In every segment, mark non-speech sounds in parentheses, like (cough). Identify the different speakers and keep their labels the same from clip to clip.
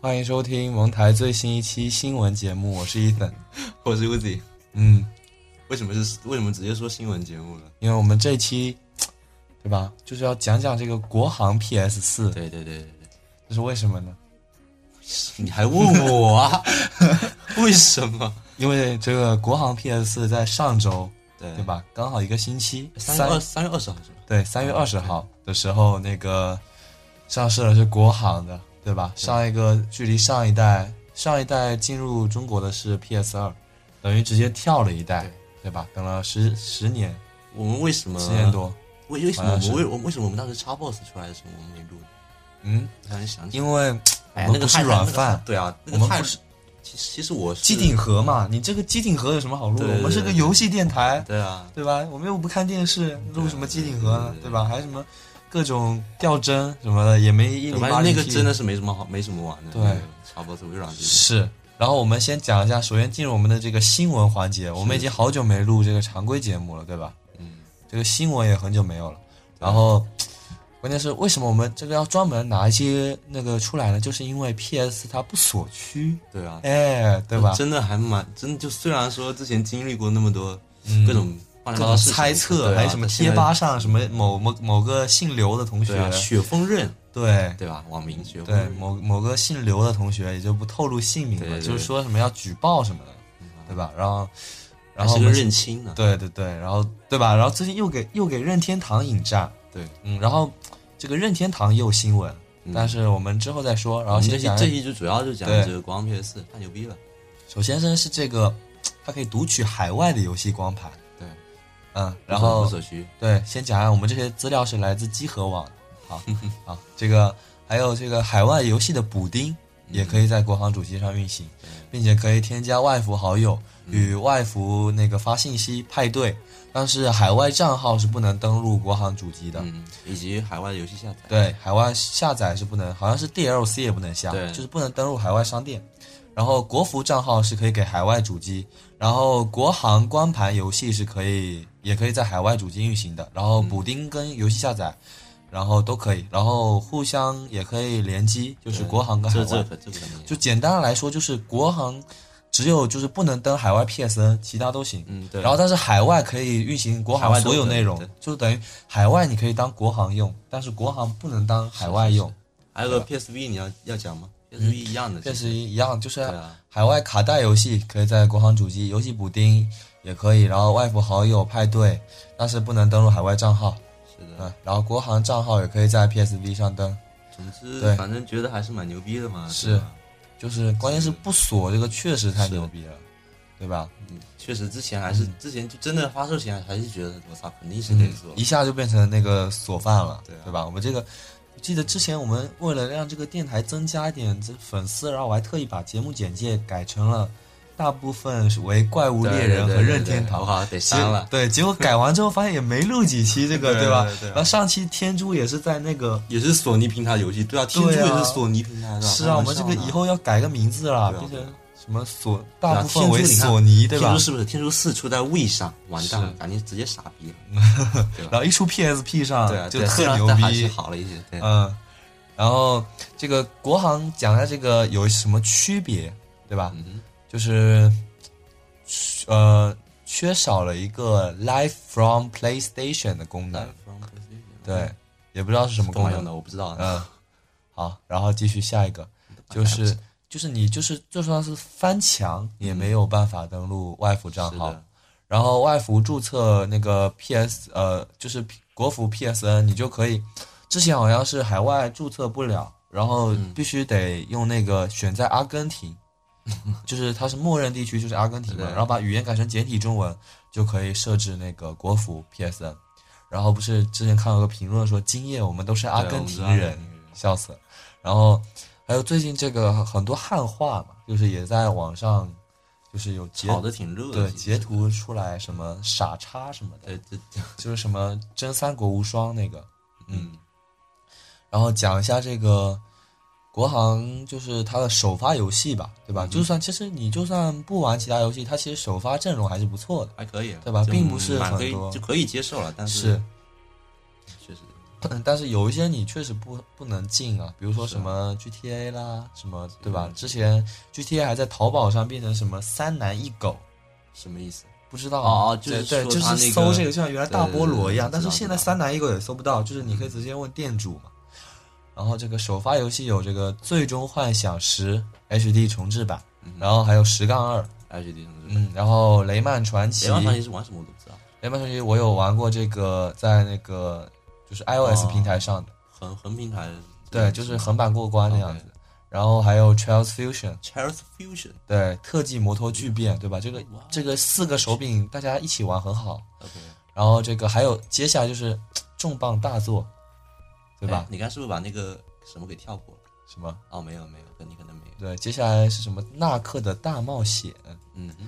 Speaker 1: 欢迎收听蒙台最新一期新闻节目，我是伊森，
Speaker 2: 我是 Uzi。
Speaker 1: 嗯，
Speaker 2: 为什么是为什么直接说新闻节目了？
Speaker 1: 因为我们这期，对吧，就是要讲讲这个国行 PS 四，
Speaker 2: 对对对对对，
Speaker 1: 这是为什么呢？
Speaker 2: 你还问我啊？为什么？
Speaker 1: (laughs) 因为这个国行 PS 四在上周，
Speaker 2: 对
Speaker 1: 对？吧，刚好一个星期，
Speaker 2: 三
Speaker 1: 三
Speaker 2: 月二三月二十号是吧？
Speaker 1: 对三月二十号的时候，那个上市的是国行的，对吧？上一个距离上一代上一代进入中国的是 PS 二，等于直接跳了一代，
Speaker 2: 对嗯
Speaker 1: 对吧？等了十十年，
Speaker 2: 我们为什么？
Speaker 1: 十年。多，
Speaker 2: 为为什
Speaker 1: 好
Speaker 2: 么
Speaker 1: 像
Speaker 2: 我
Speaker 1: 是
Speaker 2: 们为我们为什么我们当时 Xbox 出来的时候我们没录？
Speaker 1: 嗯，
Speaker 2: 我突然想起来，
Speaker 1: 因为
Speaker 2: 哎呀
Speaker 1: 我们
Speaker 2: 那
Speaker 1: 不
Speaker 2: 个
Speaker 1: 是
Speaker 2: 太
Speaker 1: 软
Speaker 2: 那个
Speaker 1: 饭
Speaker 2: 对啊，那
Speaker 1: 我
Speaker 2: 个
Speaker 1: 们
Speaker 2: 太
Speaker 1: 不是。
Speaker 2: 其实其实我是
Speaker 1: 机顶盒嘛，你这个机顶盒有什么好录的？
Speaker 2: 对对对
Speaker 1: 我们是个游戏电台，
Speaker 2: 对啊，
Speaker 1: 对吧？我们又不看电视，录什么机顶盒呢
Speaker 2: 对对？对
Speaker 1: 对吧？还什么各种吊针什么的，也没一零
Speaker 2: 反
Speaker 1: 八
Speaker 2: 正那个真的
Speaker 1: 是
Speaker 2: 是没什么好没什么玩的。
Speaker 1: 对
Speaker 2: ，Xbox 微软这个
Speaker 1: 是。然后我们先讲一下，首先进入我们的这个新闻环节。我们已经好久没录这个常规节目了，对吧？
Speaker 2: 嗯，
Speaker 1: 这个新闻也很久没有了。然后，关键是为什么我们这个要专门拿一些那个出来呢？就是因为 PS 它不锁区，
Speaker 2: 对啊，
Speaker 1: 哎，对吧？
Speaker 2: 真的还蛮真的，就虽然说之前经历过那么多
Speaker 1: 嗯
Speaker 2: 各种乱七
Speaker 1: 各
Speaker 2: 八糟
Speaker 1: 种
Speaker 2: 事情
Speaker 1: 猜测，
Speaker 2: 对啊
Speaker 1: 还有什么
Speaker 2: 但现
Speaker 1: 贴
Speaker 2: 在
Speaker 1: 吧上什么某某某个姓刘的同学
Speaker 2: 对，啊，雪风刃
Speaker 1: 对
Speaker 2: 对吧？网名雪风
Speaker 1: 对，
Speaker 2: 刃，
Speaker 1: 某某个姓刘的同学也就不透露姓名
Speaker 2: 对
Speaker 1: 了，
Speaker 2: 对
Speaker 1: 就是说什么要举报什么的，对吧？然后，然
Speaker 2: 还
Speaker 1: 后
Speaker 2: 是
Speaker 1: 我
Speaker 2: 个
Speaker 1: 们
Speaker 2: 认亲呢。
Speaker 1: 对对对，然后对吧？然后最近又给又给任天堂引战，
Speaker 2: 对，
Speaker 1: 嗯，然后这个任天堂也有新闻，
Speaker 2: 嗯
Speaker 1: 但是我们之后再说，然后
Speaker 2: 我们
Speaker 1: 先
Speaker 2: 这期
Speaker 1: 讲
Speaker 2: 这，期就主要就讲
Speaker 1: 对
Speaker 2: 这个国王 PS 太牛逼了，
Speaker 1: 首先是这个它可以读取海外的游戏光盘，
Speaker 2: 对，
Speaker 1: 嗯，然后
Speaker 2: 不锁区，
Speaker 1: 对，先讲一下我们这些资料是来自集合网的，好啊，这个还有这个海外游戏的补丁也可以在国行主机上运行，并且可以添加外服好友与外服那个发信息派对，但是海外账号是不能登录国行主机的。
Speaker 2: 嗯，以及海外的游戏下载，
Speaker 1: 对，海外下载是不能，好像是 DLC 也不能下，
Speaker 2: 对
Speaker 1: 就是不能登录海外商店。然后国服账号是可以给海外主机，然后国行光盘游戏是可以，也可以在海外主机运行的。然后补丁跟游戏下载，然后都可以，然后互相也可以联机，就是
Speaker 2: 对
Speaker 1: 国行跟海
Speaker 2: 这
Speaker 1: 外。
Speaker 2: 这可这个肯定
Speaker 1: 就简单来说，就是国行只有就是不能登海外 PSN，其他都行。
Speaker 2: 嗯对，
Speaker 1: 然后但是海外可以运行国
Speaker 2: 海
Speaker 1: 行
Speaker 2: 外都
Speaker 1: 所有内容
Speaker 2: 可以，
Speaker 1: 就等于海外你可以当国行用，但是国行不能当海外用，嗯
Speaker 2: 还有个 PSV 你要要讲吗？PSV 一样的，
Speaker 1: 这
Speaker 2: 其实
Speaker 1: 是一样，就是
Speaker 2: 对啊，
Speaker 1: 海外卡带游戏可以在国行主机，游戏补丁也可以，然后外服好友派对，但是不能登录海外账号，
Speaker 2: 是的。
Speaker 1: 嗯，然后国行账号也可以在 PSV 上登，
Speaker 2: 总之
Speaker 1: 对，
Speaker 2: 反正觉得还是蛮牛逼的嘛。
Speaker 1: 是
Speaker 2: 对吧
Speaker 1: 就是关键是不锁这个确实太
Speaker 2: 是
Speaker 1: 牛逼了，对吧？
Speaker 2: 嗯，确实之前还
Speaker 1: 嗯
Speaker 2: 是之前就真的发售前还是觉得我操，肯定是得做。
Speaker 1: 一下就变成那个锁饭了，
Speaker 2: 对啊
Speaker 1: 吧？我们这个，我记得之前我们为了让这个电台增加一点这粉丝，然后我还特意把节目简介改成了大部分是为怪物猎人和任天堂。
Speaker 2: 我靠，得删了。
Speaker 1: 对，结果改完之后发现也没录几期这个，
Speaker 2: 对
Speaker 1: 吧
Speaker 2: 对对？对
Speaker 1: 然后上期天珠也是在那个，
Speaker 2: 也是索尼平台游戏，对啊，天珠
Speaker 1: 对啊
Speaker 2: 也是索尼平台的。
Speaker 1: 是啊，我们这个以后要改个名字啦，
Speaker 2: 对啊
Speaker 1: 变
Speaker 2: 对啊
Speaker 1: 成什么索，
Speaker 2: 啊
Speaker 1: 大部分为
Speaker 2: 天珠你看
Speaker 1: 索尼，对
Speaker 2: 天
Speaker 1: 吧
Speaker 2: 珠？是不是天珠四出在 We 上，完蛋了
Speaker 1: 是，
Speaker 2: 感觉直接傻逼了。
Speaker 1: 然后一出 PSP 上
Speaker 2: 对啊，
Speaker 1: 就
Speaker 2: 对虽
Speaker 1: 特
Speaker 2: 然
Speaker 1: 牛
Speaker 2: 但还
Speaker 1: 逼
Speaker 2: 是，好了一些。对，
Speaker 1: 嗯，然后这个国行讲一下这个有什么区别，对吧？
Speaker 2: 嗯
Speaker 1: 就是呃，缺少了一个 Live from PlayStation 的功能，
Speaker 2: 嗯
Speaker 1: 对，也不知道是什么
Speaker 2: 干嘛
Speaker 1: 功
Speaker 2: 用
Speaker 1: 能。
Speaker 2: 的我不知道。
Speaker 1: 嗯，好，然后继续下一个，就是就是你就是就算是翻墙也没有办法登录外服账
Speaker 2: 是
Speaker 1: 号，
Speaker 2: 的，
Speaker 1: 然后外服注册那个 PS 呃，就是 P- 国服 PSN，你就可以。之前好像是海外注册不了，然后必须得用那个选在阿根廷， (laughs) 就是它是默认地区就是阿根廷嘛，
Speaker 2: 对
Speaker 1: 然后把语言改成简体中文就可以设置那个国服 PSN。然后不是之前看到个评论说，今夜我们都是阿根廷
Speaker 2: 对我们是阿根
Speaker 1: 人
Speaker 2: 廷人，
Speaker 1: 笑死了。然后还有最近这个很多汉化嘛，就是也在网上就是有截
Speaker 2: 炒的挺热的。
Speaker 1: 对，截图出来什么傻叉什么的，
Speaker 2: 呃，这
Speaker 1: 就是什么《真三国无双》那个。
Speaker 2: 嗯，
Speaker 1: 然后讲一下这个国行，就是它的首发游戏吧，对
Speaker 2: 嗯
Speaker 1: 吧？就算其实你就算不玩其他游戏，它其实首发阵容还是不错的。
Speaker 2: 还可以，啊
Speaker 1: 对吧
Speaker 2: 就
Speaker 1: 并不是
Speaker 2: 蛮可以
Speaker 1: 很多
Speaker 2: 就可以接受了，但
Speaker 1: 是，
Speaker 2: 确实
Speaker 1: 但是有一些你确实不不能进啊，比如说
Speaker 2: 是
Speaker 1: 什
Speaker 2: 啊
Speaker 1: 么 GTA 啦，什么对吧
Speaker 2: 嗯？
Speaker 1: 之前 GTA 还在淘宝上变成什么三男一狗，
Speaker 2: 什么意思？
Speaker 1: 不知道
Speaker 2: 哦哦就
Speaker 1: 对
Speaker 2: 是
Speaker 1: 对，
Speaker 2: 说
Speaker 1: 就
Speaker 2: 他
Speaker 1: 是
Speaker 2: 那
Speaker 1: 搜
Speaker 2: 个
Speaker 1: 这个，就像原来
Speaker 2: 对
Speaker 1: 大
Speaker 2: 对
Speaker 1: 菠
Speaker 2: 对
Speaker 1: 萝一样，
Speaker 2: 知
Speaker 1: 但是
Speaker 2: 道
Speaker 1: 现
Speaker 2: 知
Speaker 1: 在
Speaker 2: 道
Speaker 1: 三男一狗也搜不到，就是你可以直接问店主嘛。然后这个首发游戏有这个《最终幻想十》HD 重置版，
Speaker 2: 嗯
Speaker 1: 然后还有《十杠二》，
Speaker 2: HD 什么？
Speaker 1: 嗯，然后《雷曼传奇
Speaker 2: 雷》，曼传奇是玩什么我都不知道，
Speaker 1: 雷曼传奇我有玩过这个，在那个就是 iOS
Speaker 2: 哦
Speaker 1: 平台上的，
Speaker 2: 横横平台。
Speaker 1: 对，就是横版过关那样
Speaker 2: OK
Speaker 1: 子。然后还有 Trials Fusion，
Speaker 2: Charles Fusion。
Speaker 1: 对，特技摩托巨变，对吧？这个
Speaker 2: 哇
Speaker 1: 这个四个手柄大家一起玩很好。
Speaker 2: OK，
Speaker 1: 然后这个还有接下来就是重磅大作，对吧
Speaker 2: 哎？你刚才是不是把那个什么给跳过了？
Speaker 1: 什么？
Speaker 2: 哦，没有没有，可你可能没有。
Speaker 1: 对，接下来是什么？纳克的大冒险，
Speaker 2: 嗯哼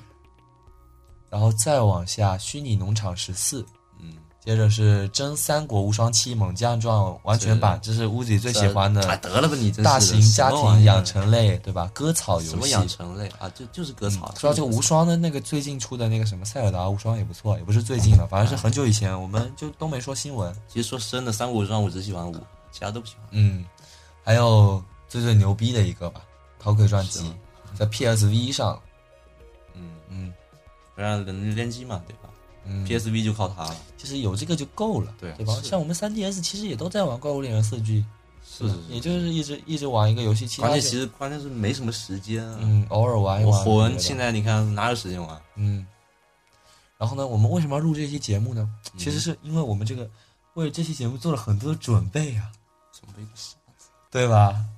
Speaker 1: 然后再往下，虚拟农场十四，
Speaker 2: 嗯，
Speaker 1: 接着是真三国无双七猛将传完全版，这是屋子里最喜欢
Speaker 2: 哎
Speaker 1: 的
Speaker 2: 得了吧你，真是的
Speaker 1: 大型家
Speaker 2: 什么
Speaker 1: 庭
Speaker 2: 玩意儿
Speaker 1: 养成类，对吧？割草
Speaker 2: 什
Speaker 1: 游
Speaker 2: 么
Speaker 1: 戏。嗯
Speaker 2: 养成类啊？就就是割草。
Speaker 1: 说到这个无双的那个最近出的那个什么塞尔达无双也不错，也不是最近了，反正是很久以前，我们就都没说新闻。
Speaker 2: 其实说真的，三国无双我只喜欢五，其他都不喜欢。
Speaker 1: 嗯，还有最最牛逼的一个吧，《逃课传
Speaker 2: 是
Speaker 1: 奇
Speaker 2: 吗》
Speaker 1: 在 PSV 上，
Speaker 2: 嗯，
Speaker 1: 嗯
Speaker 2: 然后能联机嘛，对吧
Speaker 1: 嗯
Speaker 2: ？PSV 就靠它了。
Speaker 1: 其实有这个就够了，
Speaker 2: 对啊
Speaker 1: 吧？
Speaker 2: 是
Speaker 1: 像我们 3DS 其实也都在玩《怪物猎人四 G》，
Speaker 2: 是是
Speaker 1: 也就是一直一直玩一个游戏，其他
Speaker 2: 关
Speaker 1: 就
Speaker 2: 键其实关键是没什么时间啊。
Speaker 1: 嗯偶尔玩一
Speaker 2: 我
Speaker 1: 玩。
Speaker 2: 魂
Speaker 1: 对吧
Speaker 2: 现在你看哪有时间玩？
Speaker 1: 嗯，然后呢，我们为什么要录这期节目呢？
Speaker 2: 嗯
Speaker 1: 其实是因为我们这个为这期节目做了很多准备啊，
Speaker 2: 怎么
Speaker 1: 对吧？
Speaker 2: 嗯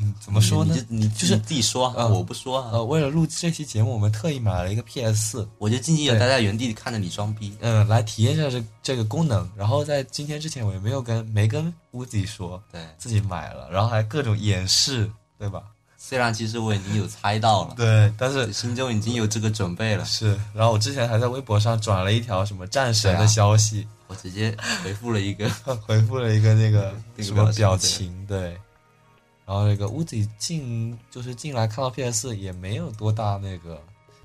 Speaker 1: 嗯，怎么说呢？
Speaker 2: 你你就是自己说啊，
Speaker 1: 嗯
Speaker 2: 我不说啊，
Speaker 1: 呃，为了录这期节目，我们特意买了一个 PS 四，
Speaker 2: 我就静静
Speaker 1: 对
Speaker 2: 的待在原地看着你装逼。
Speaker 1: 嗯，来体验一下这这个功能。然后在今天之前，我也没有跟没跟乌子说
Speaker 2: 对，
Speaker 1: 自己买了，然后还各种演示，对吧？
Speaker 2: 虽然其实我已经有猜到了，
Speaker 1: 对，但是
Speaker 2: 心中已经有这个准备了，
Speaker 1: 是，然后我之前还在微博上转了一条什么战神
Speaker 2: 对
Speaker 1: 的
Speaker 2: 啊
Speaker 1: 消息，
Speaker 2: 我直接回复了
Speaker 1: (laughs)
Speaker 2: 一个
Speaker 1: 回复了一个那个
Speaker 2: 那个
Speaker 1: 什么表
Speaker 2: 表
Speaker 1: 情，
Speaker 2: 情
Speaker 1: 对。然后那个屋子进就是进来看到 PS 也没有多大那个，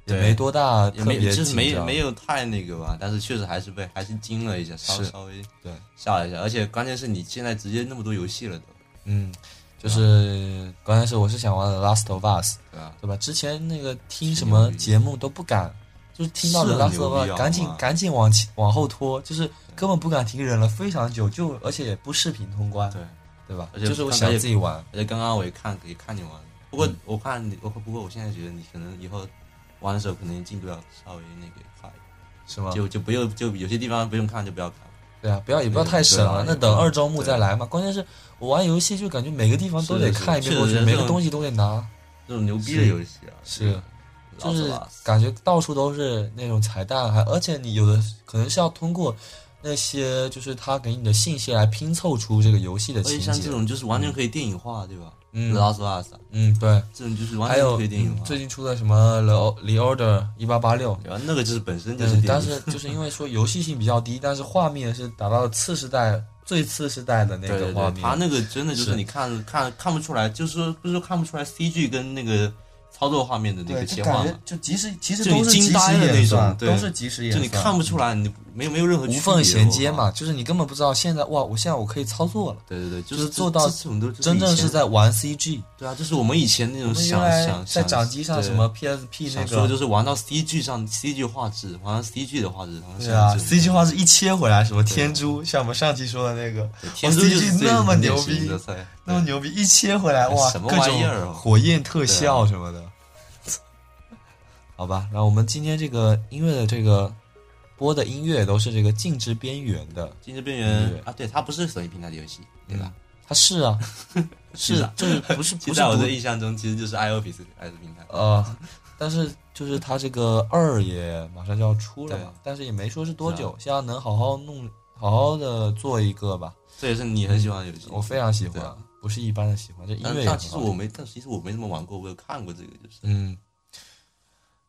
Speaker 1: 也
Speaker 2: 对
Speaker 1: 没多大
Speaker 2: 也
Speaker 1: 特
Speaker 2: 没
Speaker 1: 别
Speaker 2: 就是没
Speaker 1: 紧张
Speaker 2: 没有太那个吧，但是确实还是被还是惊了一下，稍
Speaker 1: 是
Speaker 2: 稍微
Speaker 1: 对，
Speaker 2: 吓了一下，而且关键是你现在直接那么多游戏了都，
Speaker 1: 嗯，就是关键是我是想玩《The Last of Us》，
Speaker 2: 对吧？
Speaker 1: 对吧？之前那个听
Speaker 2: 挺
Speaker 1: 什么
Speaker 2: 牛逼
Speaker 1: 节目都不敢，就是听到《
Speaker 2: 是
Speaker 1: The
Speaker 2: 很
Speaker 1: Last of Us
Speaker 2: 牛逼》啊
Speaker 1: 赶紧
Speaker 2: 哇
Speaker 1: 赶紧往前往后拖，就是根本不敢停忍了非常久，就而且也不视频通关，
Speaker 2: 对，
Speaker 1: 对吧？
Speaker 2: 而且
Speaker 1: 就是我
Speaker 2: 看
Speaker 1: 想
Speaker 2: 来也
Speaker 1: 自己玩，
Speaker 2: 而且刚刚我也看也看你玩，
Speaker 1: 嗯
Speaker 2: 不过我看你，我不过我现在觉得你可能以后玩的时候可能进度要稍微那个快一点。
Speaker 1: 是吗？
Speaker 2: 就就不用就有些地方不用看就不要看。
Speaker 1: 对啊，不要也不要太省了，
Speaker 2: 对
Speaker 1: 那
Speaker 2: 啊
Speaker 1: 等二周目再来嘛。关键是我玩游戏就感觉每个地方都得
Speaker 2: 是是
Speaker 1: 看一遍过去，
Speaker 2: 确实是
Speaker 1: 每个东西都得拿，
Speaker 2: 这种牛逼的游戏啊，
Speaker 1: 是
Speaker 2: 这
Speaker 1: 就
Speaker 2: 个
Speaker 1: 是
Speaker 2: 老子
Speaker 1: 感觉到处都是那种彩蛋，还而且你有的可能是要通过那些就是他给你的信息来拼凑出这个游戏的
Speaker 2: 而且
Speaker 1: 情
Speaker 2: 像这
Speaker 1: 节。
Speaker 2: 种就是完全可以电影化，对吧？
Speaker 1: 嗯
Speaker 2: 老死老死，
Speaker 1: 嗯，对。
Speaker 2: 这种就是完
Speaker 1: 还
Speaker 2: 全
Speaker 1: 有
Speaker 2: 可以电影
Speaker 1: 嗯
Speaker 2: 化。
Speaker 1: 最近出的什么《The The Order 一八八六》，
Speaker 2: 对吧？那个就是本身就是
Speaker 1: 嗯，
Speaker 2: 电影，
Speaker 1: 但是 (laughs) 就是因为说游戏性比较低，但是画面是达到次世代最次世代的那
Speaker 2: 对
Speaker 1: 个
Speaker 2: 对
Speaker 1: 画
Speaker 2: 对，
Speaker 1: 面。
Speaker 2: 他那个真的就是是你看看看不出来，就是说不是说看不出来 CG 跟那个操作画面的那
Speaker 1: 对，
Speaker 2: 个
Speaker 1: 就
Speaker 2: 切
Speaker 1: 感
Speaker 2: 换
Speaker 1: 觉
Speaker 2: 嘛，
Speaker 1: 就即时，其实
Speaker 2: 就
Speaker 1: 都
Speaker 2: 你
Speaker 1: 是
Speaker 2: 惊
Speaker 1: 即时
Speaker 2: 呆了
Speaker 1: 演
Speaker 2: 那
Speaker 1: 算
Speaker 2: 种对
Speaker 1: 都是即时演
Speaker 2: 就
Speaker 1: 算，
Speaker 2: 你看不出来，你没有没有任何
Speaker 1: 无缝衔接
Speaker 2: 区哦
Speaker 1: 嘛，就是你根本不知道现在哇，我现在我可以操作了，
Speaker 2: 别。对对对，就
Speaker 1: 就是
Speaker 2: 是
Speaker 1: 做到
Speaker 2: 这这种都
Speaker 1: 真正是
Speaker 2: 是以前
Speaker 1: 在玩 CG。
Speaker 2: 对啊，就是我们以前那
Speaker 1: 我
Speaker 2: 种
Speaker 1: 们原
Speaker 2: 想
Speaker 1: 来
Speaker 2: 想
Speaker 1: 在
Speaker 2: 想
Speaker 1: 掌机上
Speaker 2: 对
Speaker 1: 什么 PSP 那
Speaker 2: 想说
Speaker 1: 个，
Speaker 2: 就是玩到 CG 上 CG 画质，玩到 CG 的画质，然后
Speaker 1: 对啊
Speaker 2: 像这种
Speaker 1: ，CG 画质一切回来，什么天珠，像我们上期说的那个，
Speaker 2: 对
Speaker 1: 哇
Speaker 2: 天珠就是
Speaker 1: CG
Speaker 2: 最
Speaker 1: 哦那么牛
Speaker 2: 典型
Speaker 1: 逼
Speaker 2: 的，菜
Speaker 1: 那么牛逼，一切回来哇，
Speaker 2: 什么
Speaker 1: 各
Speaker 2: 玩
Speaker 1: 种
Speaker 2: 意儿哦
Speaker 1: 火焰特效什么的。啊 (laughs) 好吧，那我们今天这个音乐的这个播的音乐都是这个静止边缘的，
Speaker 2: 《金之边
Speaker 1: 对
Speaker 2: 缘》啊，对，它不是手机平台的游戏，对吧？
Speaker 1: 它是 (laughs) 啊，
Speaker 2: 是
Speaker 1: 是
Speaker 2: 啊
Speaker 1: 就是不是
Speaker 2: 其
Speaker 1: 不是
Speaker 2: 实在我
Speaker 1: 独
Speaker 2: 的印象中，其实就是 iOS 还是平台。
Speaker 1: 呃，但是就是它这个二也马上就要出了
Speaker 2: 对
Speaker 1: 嘛，但是也没说是多
Speaker 2: 是啊
Speaker 1: 久，希望能好好弄，好好的做一个吧。
Speaker 2: 这也是你很喜欢的游戏，
Speaker 1: 我非常喜
Speaker 2: 对
Speaker 1: 欢
Speaker 2: 啊，
Speaker 1: 不是一般的喜欢，这音
Speaker 2: 但
Speaker 1: 乐也
Speaker 2: 但
Speaker 1: 很
Speaker 2: 其实
Speaker 1: 好
Speaker 2: 我
Speaker 1: 听。
Speaker 2: 没，但其实我没怎么玩过，我有看过这个，就是
Speaker 1: 嗯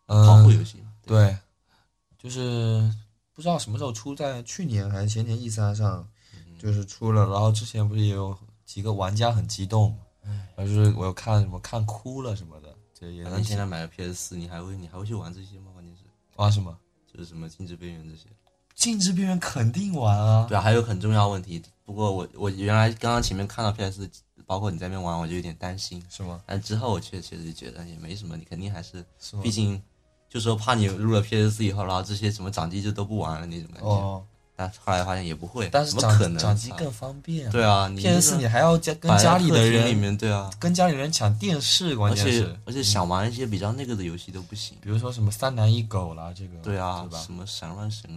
Speaker 2: 跑酷
Speaker 1: 嗯，
Speaker 2: 游戏嘛。对
Speaker 1: 对，就是不知道什么时候出，在去年还是前年 E 三上
Speaker 2: 嗯
Speaker 1: 就是出了，然后之前不是也有几个玩家很激动嘛，然后就是我有看什么看哭了什么的，这也
Speaker 2: 嗯反
Speaker 1: 能
Speaker 2: 正现在买了 PS 四，你还会你还会去玩这些吗？关键是
Speaker 1: 啊什么。
Speaker 2: 就是什么《金之边缘》这些，
Speaker 1: 禁止别人肯定玩啊。
Speaker 2: 对啊，还有很重要的问题。不过我我原来刚刚前面看到 PS，包括你在那边玩，我就有点担心。
Speaker 1: 是吗？
Speaker 2: 但之后我确确实觉得也没什么，你肯定还是，
Speaker 1: 是吗
Speaker 2: 毕竟就说怕你入了 PS 四以后，然后这些什么掌机就都不玩了那种感觉。
Speaker 1: 哦，
Speaker 2: 但后来发现也不会，
Speaker 1: 但是
Speaker 2: 怎么可
Speaker 1: 掌
Speaker 2: 能？
Speaker 1: 掌机
Speaker 2: 操
Speaker 1: 更方便啊。
Speaker 2: (laughs) 对啊，你
Speaker 1: PS 四你还要家跟家里的
Speaker 2: 摆在客厅里
Speaker 1: 人
Speaker 2: 面对啊，
Speaker 1: 跟家里人抢电视，关
Speaker 2: 而
Speaker 1: 键
Speaker 2: 且
Speaker 1: 是，
Speaker 2: 而且想玩一些比较那个的游戏都不行。
Speaker 1: 比如说什么三男一狗啦，这个
Speaker 2: 对啊
Speaker 1: 对，嗯吧
Speaker 2: 什？么闪乱神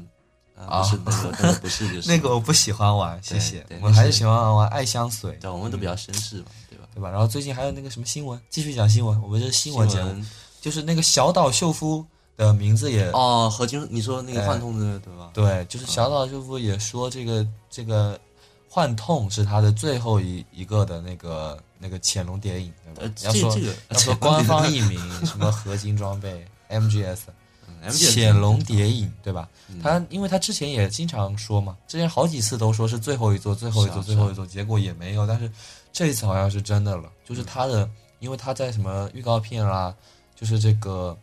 Speaker 1: 啊
Speaker 2: 啊，不是那个，那个不是就是
Speaker 1: (laughs) 那个我不喜欢玩，谢谢
Speaker 2: 对，
Speaker 1: 我还是喜欢玩玩爱香水，
Speaker 2: 对，我们都比较绅士嘛，对吧？
Speaker 1: 对吧？然后最近还有那个什么新闻，继续讲新闻，我们这是新闻节目，就是那个小岛秀夫的名字也
Speaker 2: 哦，何金，你说那个
Speaker 1: 哎
Speaker 2: 幻痛的对吧？
Speaker 1: 对，就是小岛秀夫也说这个这个幻痛是他的最后一一个的那个那个潜龙谍影，对
Speaker 2: 呃，
Speaker 1: 吧？
Speaker 2: 这
Speaker 1: 要说
Speaker 2: 这个
Speaker 1: 要说官
Speaker 2: (laughs)
Speaker 1: 方译名，什么合金装备 MGS
Speaker 2: 嗯
Speaker 1: 潜
Speaker 2: MGS
Speaker 1: 龙谍影，对吧？
Speaker 2: 嗯
Speaker 1: 他因为他之前也经常说嘛，之前好几次都说是最后一座，最后一
Speaker 2: 是
Speaker 1: 座，
Speaker 2: 啊
Speaker 1: 最后一座，结果也没有。但是这一次好像是真的了，就是
Speaker 2: 嗯
Speaker 1: 他的，因为他在什么预告片啦，就是这个，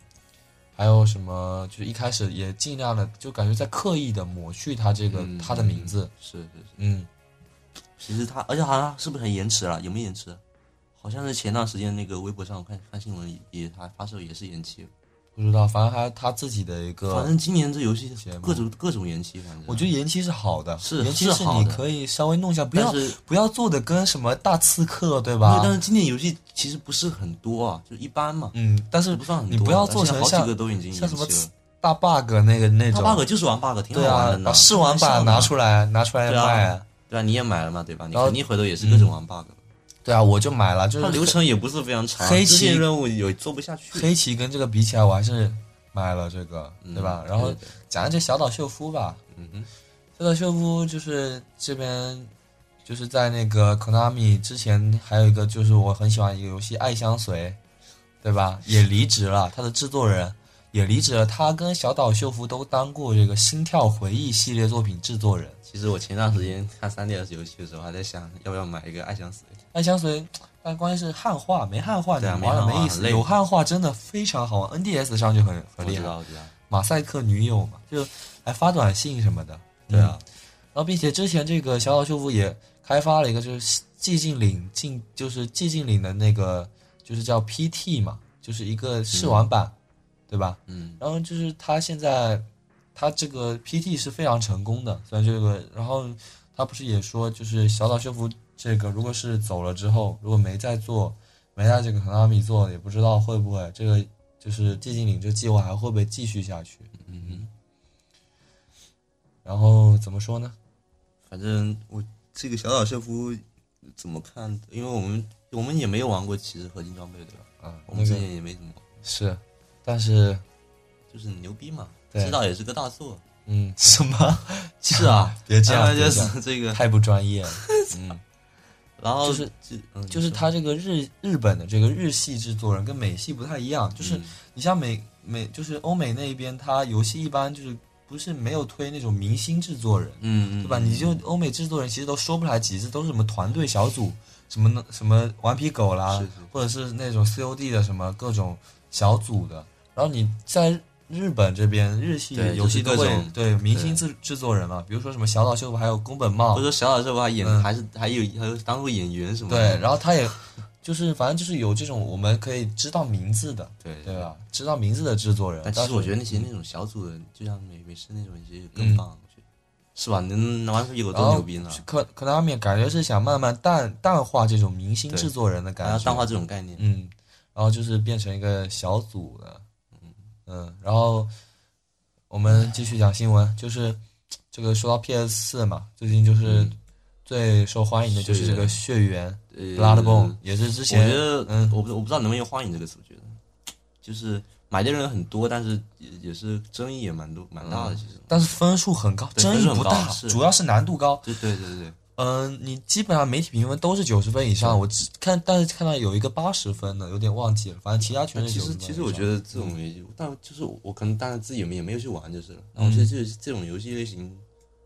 Speaker 1: 还有什么，就是一开始也尽量的，就感觉在刻意的抹去他这个、
Speaker 2: 嗯
Speaker 1: 他的名字，
Speaker 2: 是是是，
Speaker 1: 嗯，
Speaker 2: 其实他而且好像是不是很延迟了？有没有延迟？好像是前段时间那个微博上我看看新闻也还发售也是延期，
Speaker 1: 不知道，反正他他自己的一
Speaker 2: 反
Speaker 1: 个，
Speaker 2: 正今年这游戏
Speaker 1: 节目
Speaker 2: 各种各种延期，反正
Speaker 1: 我觉得延期是好的，
Speaker 2: 是
Speaker 1: 延期
Speaker 2: 是好
Speaker 1: 你
Speaker 2: 的
Speaker 1: 可以稍微弄一下，不
Speaker 2: 但
Speaker 1: 要
Speaker 2: 是
Speaker 1: 不要做的跟什么大刺客对
Speaker 2: 因为
Speaker 1: 吧？
Speaker 2: 但是今年游戏其实不是很多啊，就一般嘛，
Speaker 1: 嗯，但是
Speaker 2: 不算很多。啊
Speaker 1: 你不要做
Speaker 2: 但
Speaker 1: 成
Speaker 2: 现在好
Speaker 1: 像
Speaker 2: 几个都已经
Speaker 1: 像什么
Speaker 2: 延期了
Speaker 1: 大 bug 那个那
Speaker 2: 它
Speaker 1: 种。
Speaker 2: bug 就是玩 bug，挺好
Speaker 1: 对
Speaker 2: 玩
Speaker 1: 啊
Speaker 2: 的，呢。
Speaker 1: 把试玩版拿出来，拿出来
Speaker 2: 对啊
Speaker 1: 卖啊。
Speaker 2: 对啊，你也买了嘛，对吧？你
Speaker 1: 然后
Speaker 2: 肯定回头也是各种玩 bug，
Speaker 1: 对啊，我就买了，就
Speaker 2: 它流
Speaker 1: 是
Speaker 2: 程也不是非常长，
Speaker 1: 黑
Speaker 2: 支线
Speaker 1: 棋
Speaker 2: 任务有做不下去，
Speaker 1: 黑棋跟这个比起来，我还是买了这个，
Speaker 2: 嗯
Speaker 1: 对吧？然后
Speaker 2: 对对
Speaker 1: 讲一这小岛秀夫吧，
Speaker 2: 嗯哼，
Speaker 1: 小岛秀夫就是这边就是在那个 Konami 之前还有一个就是我很喜欢一个游戏《爱相随》，对吧？也离职了，他的制作人也离职了，他跟小岛秀夫都当过这个《心跳回忆》系列作品制作人。
Speaker 2: 其实我前段时间看三 DS 游戏的时候，还在想要不要买一个《爱相随》。
Speaker 1: 爱相随，但关键是汉化没汉化，你
Speaker 2: 对啊
Speaker 1: 玩了
Speaker 2: 没汉化
Speaker 1: 没意思。
Speaker 2: 很累
Speaker 1: 有汉化真的非常好玩，NDS 上就很很
Speaker 2: 我
Speaker 1: 厉
Speaker 2: 知
Speaker 1: 害。
Speaker 2: 道，我知道。
Speaker 1: 马赛克女友嘛，就还发短信什么的。嗯
Speaker 2: 对啊，
Speaker 1: 然后并且之前这个小岛秀夫也开发了一个就是寂静岭进，就是寂静岭的那个就是叫 PT 嘛，就是一个试玩版，对吧？
Speaker 2: 嗯，
Speaker 1: 然后就是他现在他这个 PT 是非常成功的，虽然这个，然后他不是也说，就是小岛秀夫这个如果是走了之后，如果没再做，没在这个 Konami 做，也不知道会不会这个就是寂静岭这计划还会不会继续下去。
Speaker 2: 嗯哼，
Speaker 1: 然后怎么说呢？
Speaker 2: 反正我这个小岛秀夫怎么看？因为我们我们也没有玩过其实合金装备，对吧？
Speaker 1: 啊，
Speaker 2: 我
Speaker 1: 那
Speaker 2: 们之
Speaker 1: 个
Speaker 2: 前也没怎么玩，
Speaker 1: 是，但是
Speaker 2: 就是牛逼嘛，
Speaker 1: 对
Speaker 2: 知道也是个大作。 (laughs)
Speaker 1: 嗯，什 (laughs) 么？
Speaker 2: 是啊，
Speaker 1: 别 (laughs) 这样，
Speaker 2: 然后
Speaker 1: 别
Speaker 2: 就
Speaker 1: 这样
Speaker 2: 是这个，
Speaker 1: 太不专
Speaker 2: (laughs)
Speaker 1: 业了。嗯。
Speaker 2: 然后
Speaker 1: 就是
Speaker 2: 就嗯
Speaker 1: 就是
Speaker 2: 你说
Speaker 1: 他这个日日本的这个日系制作人跟美系不太一样，就是
Speaker 2: 嗯
Speaker 1: 你像美美就是欧美那一边，他游戏一般就是不是没有推那种明星制作人，
Speaker 2: 嗯，嗯
Speaker 1: 对吧？你就欧美制作人其实都说不来几次，都是什么团队小组，什么呢什么顽皮狗啦，
Speaker 2: 是是
Speaker 1: 或者是那种 COD 的什么各种小组的。然后你在日本这边日系
Speaker 2: 对
Speaker 1: 游戏
Speaker 2: 就
Speaker 1: 都
Speaker 2: 是
Speaker 1: 会
Speaker 2: 各种
Speaker 1: 对明星制制作人了，比如说什么小岛秀夫，还有宫本茂
Speaker 2: 或者，说小岛秀夫还演
Speaker 1: 嗯
Speaker 2: 还是还有还有当过演员什么
Speaker 1: 对
Speaker 2: 的，，
Speaker 1: 然后他也就是反正就是有这种我们可以知道名字的，
Speaker 2: 对
Speaker 1: 对？啊吧？知道名字的制作人，
Speaker 2: 但其实
Speaker 1: 是
Speaker 2: 我觉得那些那种小组的，就像美美式那种，其实
Speaker 1: 嗯
Speaker 2: 更棒，我觉得是吧？能能玩出有多牛逼呢？
Speaker 1: 可可拉面感觉是想慢慢淡淡化这种明星
Speaker 2: 对
Speaker 1: 制作人的
Speaker 2: 然
Speaker 1: 感
Speaker 2: 后
Speaker 1: 觉，
Speaker 2: 淡化这种概念，
Speaker 1: 嗯，然后就是变成一个小组的，嗯，然后我们继续讲新闻，就是这个说到 PS 四嘛，最近就是
Speaker 2: 嗯
Speaker 1: 最受欢迎的就是
Speaker 2: 血
Speaker 1: 这
Speaker 2: 缘
Speaker 1: 个血缘
Speaker 2: 呃
Speaker 1: Bloodborne，也是之
Speaker 2: 我
Speaker 1: 前
Speaker 2: 觉得，
Speaker 1: 嗯
Speaker 2: 我不我不知道能不能用“欢迎”这个词，我觉得就是买的人很多，但是也也是争议也蛮多蛮大
Speaker 1: 嗯
Speaker 2: 的，其实。
Speaker 1: 但是分数很高，
Speaker 2: 对
Speaker 1: 争
Speaker 2: 分
Speaker 1: 议
Speaker 2: 数很
Speaker 1: 不
Speaker 2: 高
Speaker 1: 大，
Speaker 2: 是
Speaker 1: 主要是难度高。
Speaker 2: 对对对对，
Speaker 1: 嗯，你基本上媒体评分都是九十分以上，我只看但是看到有一个八十分的，有点忘记了，反正其他全
Speaker 2: 但
Speaker 1: 是
Speaker 2: 其
Speaker 1: 九十
Speaker 2: 实
Speaker 1: 分以上。
Speaker 2: 其实我觉得这
Speaker 1: 嗯
Speaker 2: 种游戏，但就是我我可能当然自己也没也没有去玩就是了。然后我觉得就是这种游戏类型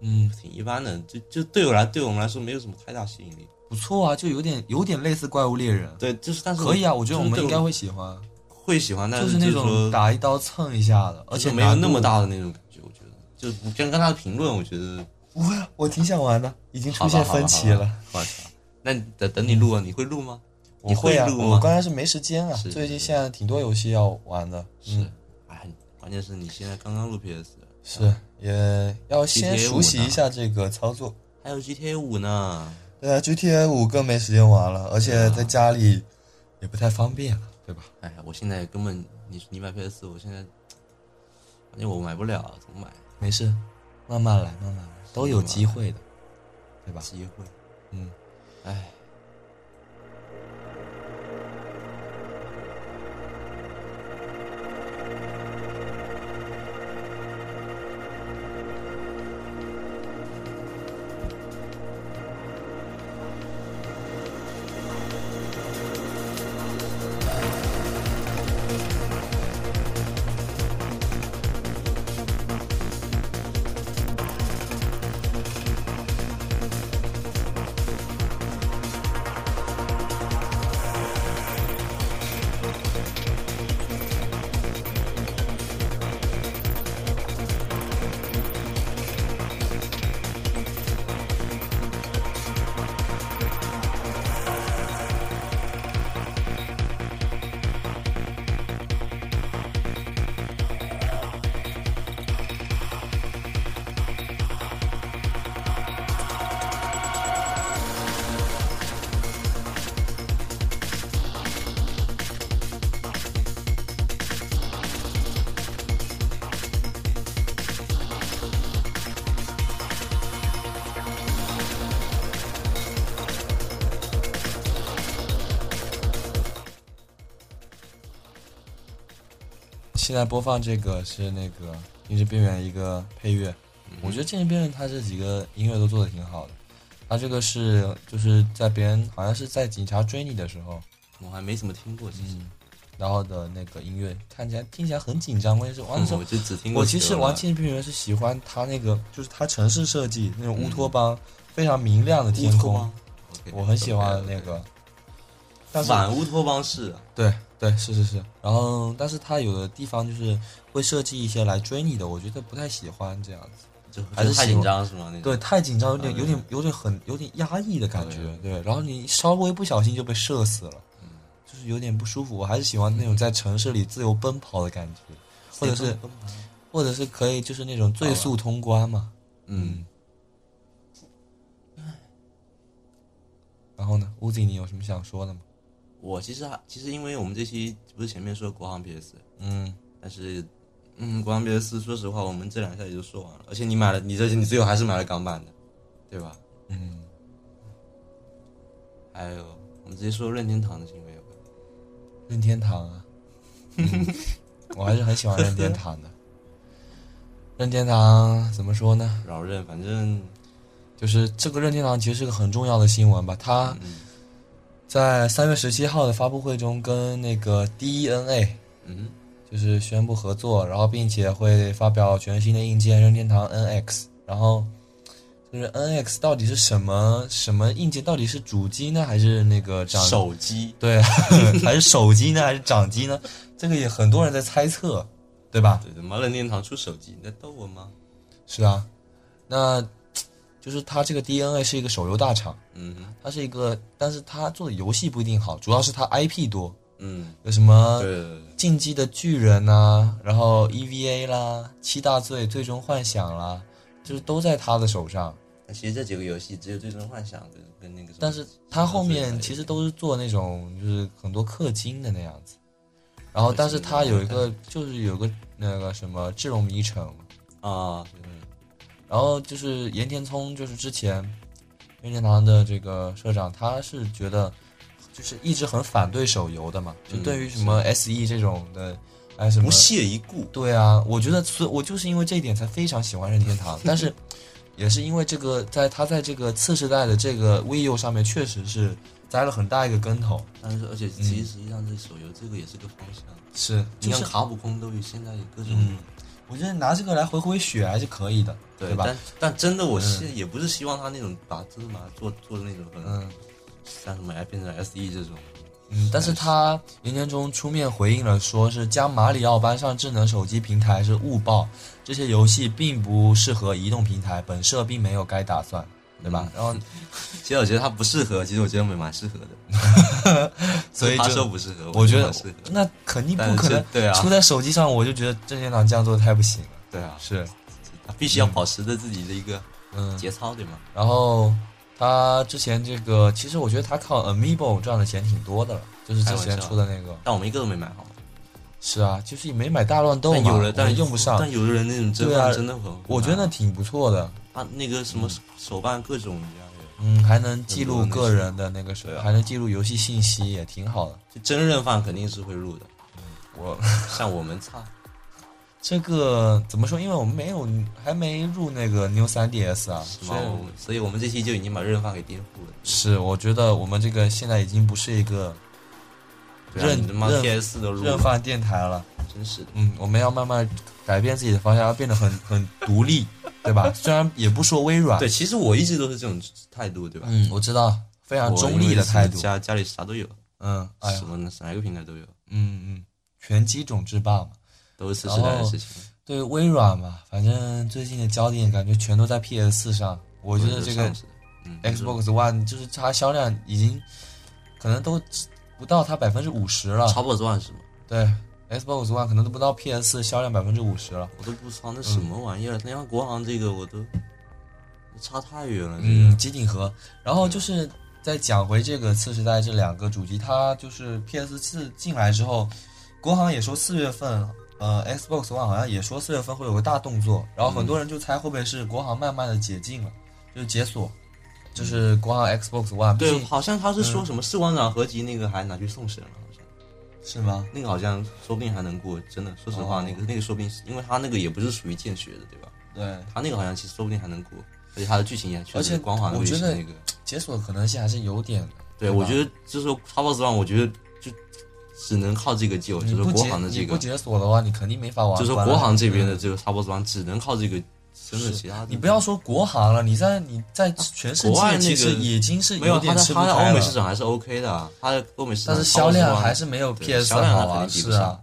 Speaker 1: 嗯
Speaker 2: 挺一般的，就就对我来对我们来说没有什么太大吸引力。
Speaker 1: 不错啊，就有点有点类似怪物猎人，
Speaker 2: 对，就是但是
Speaker 1: 可以啊，我觉得
Speaker 2: 就
Speaker 1: 我
Speaker 2: 是
Speaker 1: 们
Speaker 2: 对
Speaker 1: 应该会喜欢，啊
Speaker 2: 会喜欢，但
Speaker 1: 就是
Speaker 2: 就
Speaker 1: 那
Speaker 2: 是说
Speaker 1: 种打一刀蹭一下的，而
Speaker 2: 就是
Speaker 1: 且
Speaker 2: 没有
Speaker 1: 难
Speaker 2: 那么
Speaker 1: 度
Speaker 2: 大的那种感觉，我觉得就你刚刚他的评论，我觉得
Speaker 1: 我啊我挺想玩的，已经出
Speaker 2: 好吧
Speaker 1: 现分歧了。。
Speaker 2: 好吧好吧我操！那你等等你录啊，你会录吗？
Speaker 1: 我会啊，
Speaker 2: 你会录吗
Speaker 1: 我刚才是没时间啊
Speaker 2: 是，
Speaker 1: 最近现在挺多游戏要玩的。
Speaker 2: 是
Speaker 1: 嗯，，
Speaker 2: 哎，关键是你现在刚刚录 PS，
Speaker 1: 是，也要先
Speaker 2: GTA
Speaker 1: 熟悉一下这个操作。
Speaker 2: 还有 GTA 五呢，
Speaker 1: 对啊，GTA 五更没时间玩了，而
Speaker 2: 啊
Speaker 1: 且在家里也不太方便了，对吧？
Speaker 2: 哎，我现在根本你你买 PS，我现在关键我买不了，怎么买？
Speaker 1: 没事，慢慢来，慢慢来，都有机会的，对吧？
Speaker 2: 机会，
Speaker 1: 嗯，
Speaker 2: 哎，
Speaker 1: 现在播放这个是那个《音质边缘》一个配乐，我觉得《剑士边缘》它这几个音乐都做的挺好的。它这个是就是在别人好像是在警察追你的时候，
Speaker 2: 我还没怎么听过，其实。
Speaker 1: 嗯，然后的那个音乐看起来听起来很紧张，关键是玩的时候
Speaker 2: 嗯我就只听过
Speaker 1: 嗯我其实玩《
Speaker 2: 起
Speaker 1: 剑边缘》是喜欢它那个，就是它城市设计那种乌托邦、非常明亮的天空，我很喜欢那个。但是
Speaker 2: 反乌托邦式啊，
Speaker 1: 对对是是是，然后但是它有的地方就是会设计一些来追你的，我觉得不太喜欢这样子。
Speaker 2: 就
Speaker 1: 还是
Speaker 2: 就太
Speaker 1: 喜欢
Speaker 2: 紧张是吗？那
Speaker 1: 对，
Speaker 2: 种
Speaker 1: 太紧张，有点有点
Speaker 2: 嗯
Speaker 1: 有点很有点压抑的感觉
Speaker 2: 对。
Speaker 1: 对，嗯然后你稍微不小心就被射死了，就是有点不舒服。我还是喜欢那种在城市里自由奔跑的感觉，或者是或者是可以就是那种最速通关嘛。
Speaker 2: 嗯，
Speaker 1: 然后呢，乌子你有什么想说的吗？
Speaker 2: 我其实还其实因为我们这期不是前面说国行 PS，
Speaker 1: 嗯，
Speaker 2: 但是嗯，国行 PS 说实话，我们这两下也就说完了，而且你买了，你这你最后还是买了港版的，对吧？
Speaker 1: 嗯，
Speaker 2: 还有，我们直接说任天堂的行为吧。
Speaker 1: 任天堂啊，嗯、我还是很喜欢任天堂的。任天堂怎么说呢？
Speaker 2: 饶任，反正
Speaker 1: 就是这个任天堂其实是个很重要的新闻吧，它。
Speaker 2: 嗯
Speaker 1: 在三月十七号的发布会中，跟那个 DENA
Speaker 2: 嗯
Speaker 1: 就是宣布合作，然后并且会发表全新的硬件任天堂 NX。然后就是 NX 到底是什么什么硬件？到底是主机呢，还是那个掌
Speaker 2: 手机
Speaker 1: 对， (laughs) 还是手机呢，还是掌机呢？这个也很多人在猜测，对吧？
Speaker 2: 对，怎么任天堂出手机？你在逗我吗？
Speaker 1: 是啊，那就是它这个 DNA 是一个手游大厂，
Speaker 2: 嗯
Speaker 1: 它是一个，但是它做的游戏不一定好，主要是它 IP 多，
Speaker 2: 嗯，
Speaker 1: 有什么
Speaker 2: 对对对对，
Speaker 1: 进击的巨人呐、然后 EVA 啦，七大罪、最终幻想啦，就是都在他的手上。
Speaker 2: 那呃其实这几个游戏只有《最终幻想》跟跟那个什么，
Speaker 1: 但是他后面其实都是做那种就是很多氪金的那样子。然后，但是他有一个就是有个那个什么智龙迷城，
Speaker 2: 啊，
Speaker 1: 然后就是岩田聪，就是之前任天堂的这个社长，他是觉得就是一直很反对手游的嘛，就
Speaker 2: 嗯
Speaker 1: 对于什么 SE 这种的，还有什么
Speaker 2: 不屑一顾。
Speaker 1: 对啊，我觉得所以我就是因为这一点才非常喜欢任天 (laughs) 堂，但是也是因为这个，在它在这个次世代的这个 Wii U 上面确实是栽了很大一个跟头。
Speaker 2: 但是而且其实实际上这手游这个也是个方向，
Speaker 1: 是，
Speaker 2: 你
Speaker 1: 就
Speaker 2: 看
Speaker 1: 是
Speaker 2: 卡普空都有现在有各种。
Speaker 1: 嗯，我觉得拿这个来回回血还是可以的，
Speaker 2: 对
Speaker 1: 吧？
Speaker 2: 但但真的，我现在也不是希望他那种把真的把它做做那种可能
Speaker 1: 嗯嗯，
Speaker 2: 像什么 F 变成 SE E 这种
Speaker 1: 嗯，但是他研究中出面回应了，说是将马里奥搬上智能手机平台是误报，这些游戏并不适合移动平台，本社并没有该打算，对
Speaker 2: 嗯
Speaker 1: 吧？然后
Speaker 2: 其实我觉得他不适合，其实我觉得我们蛮适合的。
Speaker 1: (laughs) 所以
Speaker 2: 他
Speaker 1: 就
Speaker 2: 说不适合，
Speaker 1: 我觉
Speaker 2: 蛮
Speaker 1: 得
Speaker 2: 适合。
Speaker 1: 那肯定
Speaker 2: 但
Speaker 1: 不可
Speaker 2: 是
Speaker 1: 能，
Speaker 2: 对啊
Speaker 1: 出在手机上我就觉得任天堂这样做太不行了，
Speaker 2: 对啊，
Speaker 1: 是，
Speaker 2: 他必须要保持着自己的一个
Speaker 1: 嗯，
Speaker 2: 节操，对吗？
Speaker 1: 然后他之前这个，其实我觉得他靠 Amiibo 赚的钱挺多的了，就是之前出的那个。
Speaker 2: 但我们一个都没买好。
Speaker 1: 是啊，就是也没买大乱斗
Speaker 2: 但
Speaker 1: 嘛，
Speaker 2: 有了，
Speaker 1: 我
Speaker 2: 但
Speaker 1: 们用不上。
Speaker 2: 但有的人那种真
Speaker 1: 对啊
Speaker 2: 的真的很，
Speaker 1: 我觉得那挺不错的，
Speaker 2: 他那个什么手办各种一样的，
Speaker 1: 嗯，还能记录
Speaker 2: 很多
Speaker 1: 个
Speaker 2: 那些啊
Speaker 1: 人的那个谁，还能记录游戏信息，也挺好的。
Speaker 2: 就真人范肯定是会录的。
Speaker 1: 我
Speaker 2: 像我们操，
Speaker 1: 这个怎么说？因为我们没有还没入那个 New 3DS 啊，
Speaker 2: 是
Speaker 1: 所
Speaker 2: 吗？
Speaker 1: 以
Speaker 2: 我们所以我们这期就已经把任范给颠覆了。
Speaker 1: 是我觉得我们这个现在已经不是一个
Speaker 2: 对啊
Speaker 1: 任
Speaker 2: 你他妈
Speaker 1: 任
Speaker 2: PS 都录
Speaker 1: 热
Speaker 2: 了，
Speaker 1: 饭电台了。
Speaker 2: 真是的。
Speaker 1: 嗯，我们要慢慢改变自己的方向，要变得很很独立，对吧？虽然也不说微软，
Speaker 2: 对，，其实我一直都是这种态度，对吧？
Speaker 1: 嗯，我知道，非常
Speaker 2: 我
Speaker 1: 中立的态度
Speaker 2: 因为是，家家里啥都有，
Speaker 1: 嗯，哎呀
Speaker 2: 什，么哪个平台都有，
Speaker 1: 嗯嗯，拳击种制霸嘛，
Speaker 2: 都是次时代的事情。
Speaker 1: 对微软嘛，反正最近的焦点感觉全都在 PS 上，我觉得这个
Speaker 2: 上市的嗯
Speaker 1: Xbox One 就是它销量已经可能都不到它百分之五十了，
Speaker 2: 超 o x One 是吗？
Speaker 1: 对，Xbox One 可能都不到 PS 销量百分之五十了。
Speaker 2: 我都不知道那
Speaker 1: 嗯
Speaker 2: 什么玩意儿，那像国行这个我都差太远了。这
Speaker 1: 嗯，
Speaker 2: 个
Speaker 1: 机顶盒。然后就是再讲回这个次时代这两个主机，它就是 PS 四进来之后，国行也说四月份，呃，Xbox One 好像也说四月份会有个大动作，然后很多人就猜会不会是国行慢慢的解禁了，就是解锁，就是国行 Xbox One，毕
Speaker 2: 对，
Speaker 1: 竟嗯
Speaker 2: 好像他是说什么士官长合集那个还拿去送审了，好像
Speaker 1: 是吗？
Speaker 2: 那个好像说不定还能过，真的。说实话，
Speaker 1: 哦
Speaker 2: 那个那个说不定是，因为他那个也不是属于建学的，对吧？
Speaker 1: 对，
Speaker 2: 他那个好像其实说不定还能过，而且他的剧情也确实
Speaker 1: 而且
Speaker 2: 光环
Speaker 1: 我觉得
Speaker 2: 那个。
Speaker 1: 解锁的可能性还是有点的。
Speaker 2: 对，
Speaker 1: 吧
Speaker 2: 我觉得就是说 Xbox One，我觉得就只能靠这个救，
Speaker 1: 你
Speaker 2: 就是
Speaker 1: 不
Speaker 2: 国
Speaker 1: 解
Speaker 2: 行的这
Speaker 1: 你不
Speaker 2: 个，
Speaker 1: 解锁的话，你肯定没法玩。
Speaker 2: 就是说
Speaker 1: 玩了嗯
Speaker 2: 国行这边的这个 Xbox One 只能靠这个，真的其他的
Speaker 1: 你不要说国行了，你在你在全世
Speaker 2: 国外
Speaker 1: 界
Speaker 2: 那
Speaker 1: 其
Speaker 2: 个
Speaker 1: 实已经是
Speaker 2: 没有它
Speaker 1: 点
Speaker 2: 的
Speaker 1: 吃不
Speaker 2: 它的
Speaker 1: 开
Speaker 2: 欧美
Speaker 1: 了，
Speaker 2: 市场还是 OK 的啊，它的欧美市场
Speaker 1: 但是销量
Speaker 2: Xbox One
Speaker 1: 还是没有
Speaker 2: 对
Speaker 1: PS
Speaker 2: 销量它
Speaker 1: 好
Speaker 2: 肯定
Speaker 1: 啊，
Speaker 2: 比不
Speaker 1: 是
Speaker 2: 上
Speaker 1: 啊。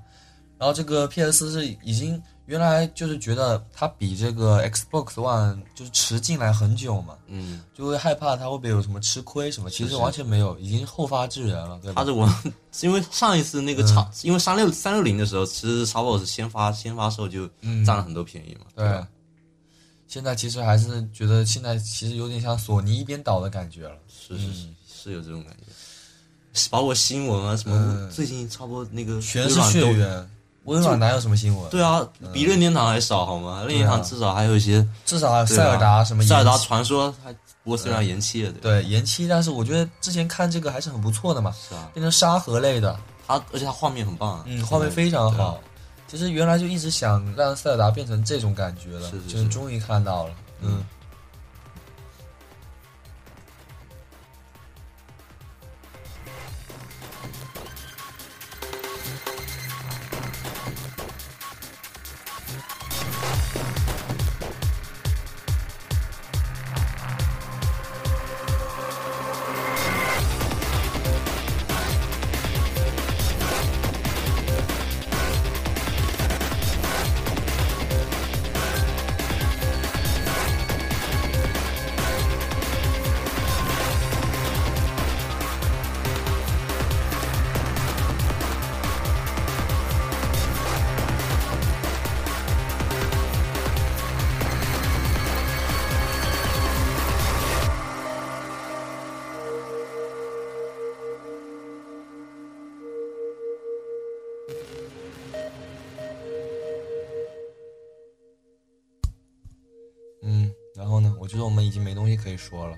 Speaker 1: 然后这个 PS 是已经原来就是觉得它比这个 Xbox One 就是迟进来很久嘛，
Speaker 2: 嗯，
Speaker 1: 就会害怕它会不会有什么吃亏什么，其
Speaker 2: 是
Speaker 1: 实
Speaker 2: 是
Speaker 1: 完全没有，已经后发制人了，对
Speaker 2: 它
Speaker 1: 吧？
Speaker 2: 的我 (laughs) 因为上一次那个
Speaker 1: 嗯
Speaker 2: 叉、因为三六三六零的时候，其实 Xbox 先发先发售就
Speaker 1: 嗯
Speaker 2: 占了很多便宜嘛，对
Speaker 1: 对
Speaker 2: 吧？。
Speaker 1: 现在其实还是觉得现在其实有点像索尼一边倒的感觉了，
Speaker 2: 是是
Speaker 1: 嗯
Speaker 2: 是是有这种感觉。包括新闻啊什么，最近差不多那个
Speaker 1: 嗯全是
Speaker 2: 微软都
Speaker 1: 血缘。嗯微软哪有什么新闻？
Speaker 2: 对啊，比任天堂还少好吗？任天堂至少还有一些
Speaker 1: 至少还有塞尔达啊什么
Speaker 2: 啊塞尔达
Speaker 1: 延期
Speaker 2: 传说，它不过虽然延期了，对吧？
Speaker 1: 对延期，但是我觉得之前看这个还是很不错的嘛，
Speaker 2: 是啊，
Speaker 1: 变成沙盒类的，
Speaker 2: 它而且它画面很棒啊，啊
Speaker 1: 嗯，画面非常好。其实原来就一直想让塞尔达变成这种感觉了，
Speaker 2: 是是
Speaker 1: 就是终于看到了，嗯。嗯，然后呢？我觉得我们已经没东西可以说
Speaker 2: (laughs)
Speaker 1: 了，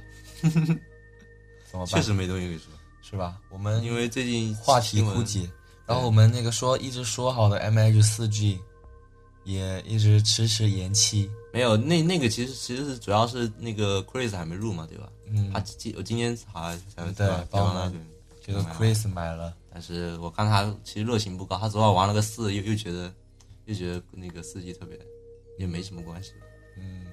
Speaker 1: 怎么
Speaker 2: 确
Speaker 1: 办？
Speaker 2: 实没东西可以说，
Speaker 1: 是吧？我们
Speaker 2: 因为最近
Speaker 1: 嗯话题
Speaker 2: 新闻
Speaker 1: 枯竭，然后我们那个说一直说好的 MH 四 G 也一直迟迟延期，
Speaker 2: 没有，那那个其实其实是主要是那个 Chris 还没入嘛，对吧？
Speaker 1: 嗯
Speaker 2: 他，今我今天才才
Speaker 1: 对帮我
Speaker 2: 了
Speaker 1: 们，这个
Speaker 2: 买了
Speaker 1: Chris 买了，
Speaker 2: 但是我看他其实热情不高，他昨晚玩了个四，又又觉得又觉得那个四 G 特别也没什么关系，
Speaker 1: 嗯。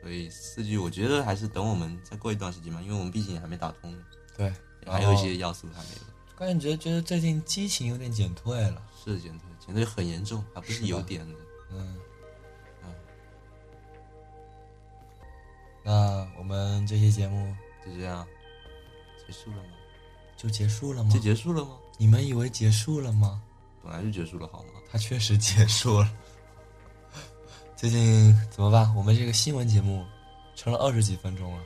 Speaker 2: 所以四 G 我觉得还是等我们再过一段时间吧，因为我们毕竟还没打通，
Speaker 1: 对，然
Speaker 2: 还
Speaker 1: 后
Speaker 2: 有一些要素还没有。
Speaker 1: 感觉觉得最近激情有点减退了。
Speaker 2: 是减退，减退很严重，还不
Speaker 1: 是吧
Speaker 2: 是有点的。
Speaker 1: 嗯
Speaker 2: 嗯，
Speaker 1: 那我们这期节目
Speaker 2: 就这样，结束了吗？
Speaker 1: 就结束了吗
Speaker 2: 就？结束了吗？
Speaker 1: 你们以为结束了吗？
Speaker 2: 本来就结束了好吗？
Speaker 1: 它确实结束了。最近怎么办？我们这个新闻节目撑了二十几分钟了，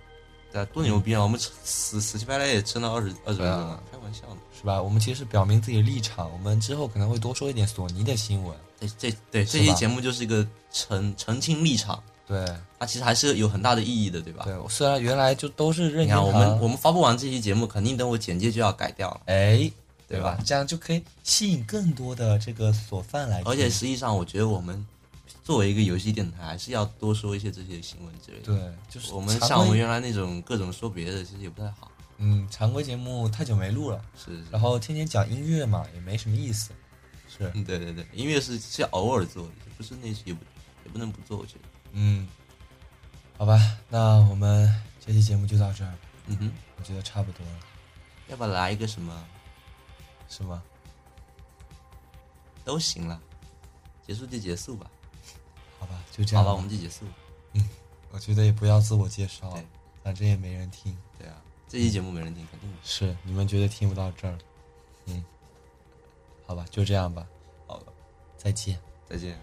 Speaker 2: 对啊，多牛逼啊！我们死死乞白赖也撑了二十二十分钟
Speaker 1: 对
Speaker 2: 了
Speaker 1: 啊，
Speaker 2: 开玩笑呢。
Speaker 1: 是吧？我们其实表明自己的立场，我们之后可能会多说一点索尼的新闻。
Speaker 2: 这这对
Speaker 1: 是
Speaker 2: 这
Speaker 1: 吧
Speaker 2: 期节目就是一个澄澄清立场，
Speaker 1: 对
Speaker 2: 它其实还是有很大的意义的，对吧？
Speaker 1: 对，我啊虽然原来就都是任
Speaker 2: 啊你
Speaker 1: 天
Speaker 2: 看，
Speaker 1: 堂，
Speaker 2: 我们我们发布完这期节目，肯定等我简介就要改掉了。
Speaker 1: 哎，
Speaker 2: 对
Speaker 1: 对吧
Speaker 2: 吧？
Speaker 1: 这样就可以吸引更多的这个索饭来听，
Speaker 2: 而且实际上，我觉得我们作为一个游戏电台，还是要多说一些这些新闻之类的。
Speaker 1: 对，就是
Speaker 2: 我们
Speaker 1: 常
Speaker 2: 像我们
Speaker 1: 规
Speaker 2: 原来那种各种说别的，其实也不太好。
Speaker 1: 嗯常规节目太久没录了，
Speaker 2: 是是，
Speaker 1: 然后天天讲音乐嘛，也没什么意思。是，
Speaker 2: 嗯对对对，音乐是是偶尔做的，不是那也不也不能不做，我觉得。
Speaker 1: 嗯，好吧，那我们这期节目就到这儿，
Speaker 2: 嗯哼，
Speaker 1: 我觉得差不多了，
Speaker 2: 要不要来一个什么
Speaker 1: 是吗？
Speaker 2: 都行了，结束就结束吧。
Speaker 1: 好吧，就这
Speaker 2: 好
Speaker 1: 样
Speaker 2: 吧，我们就结束。
Speaker 1: 我觉得也不要自我介绍了
Speaker 2: 对，
Speaker 1: 反正也没人听。
Speaker 2: 对啊，这期节目没人听，肯定。
Speaker 1: 是，你们觉得听不到这儿，嗯，好吧，就这样吧，
Speaker 2: 好了，
Speaker 1: 再见。
Speaker 2: 再见。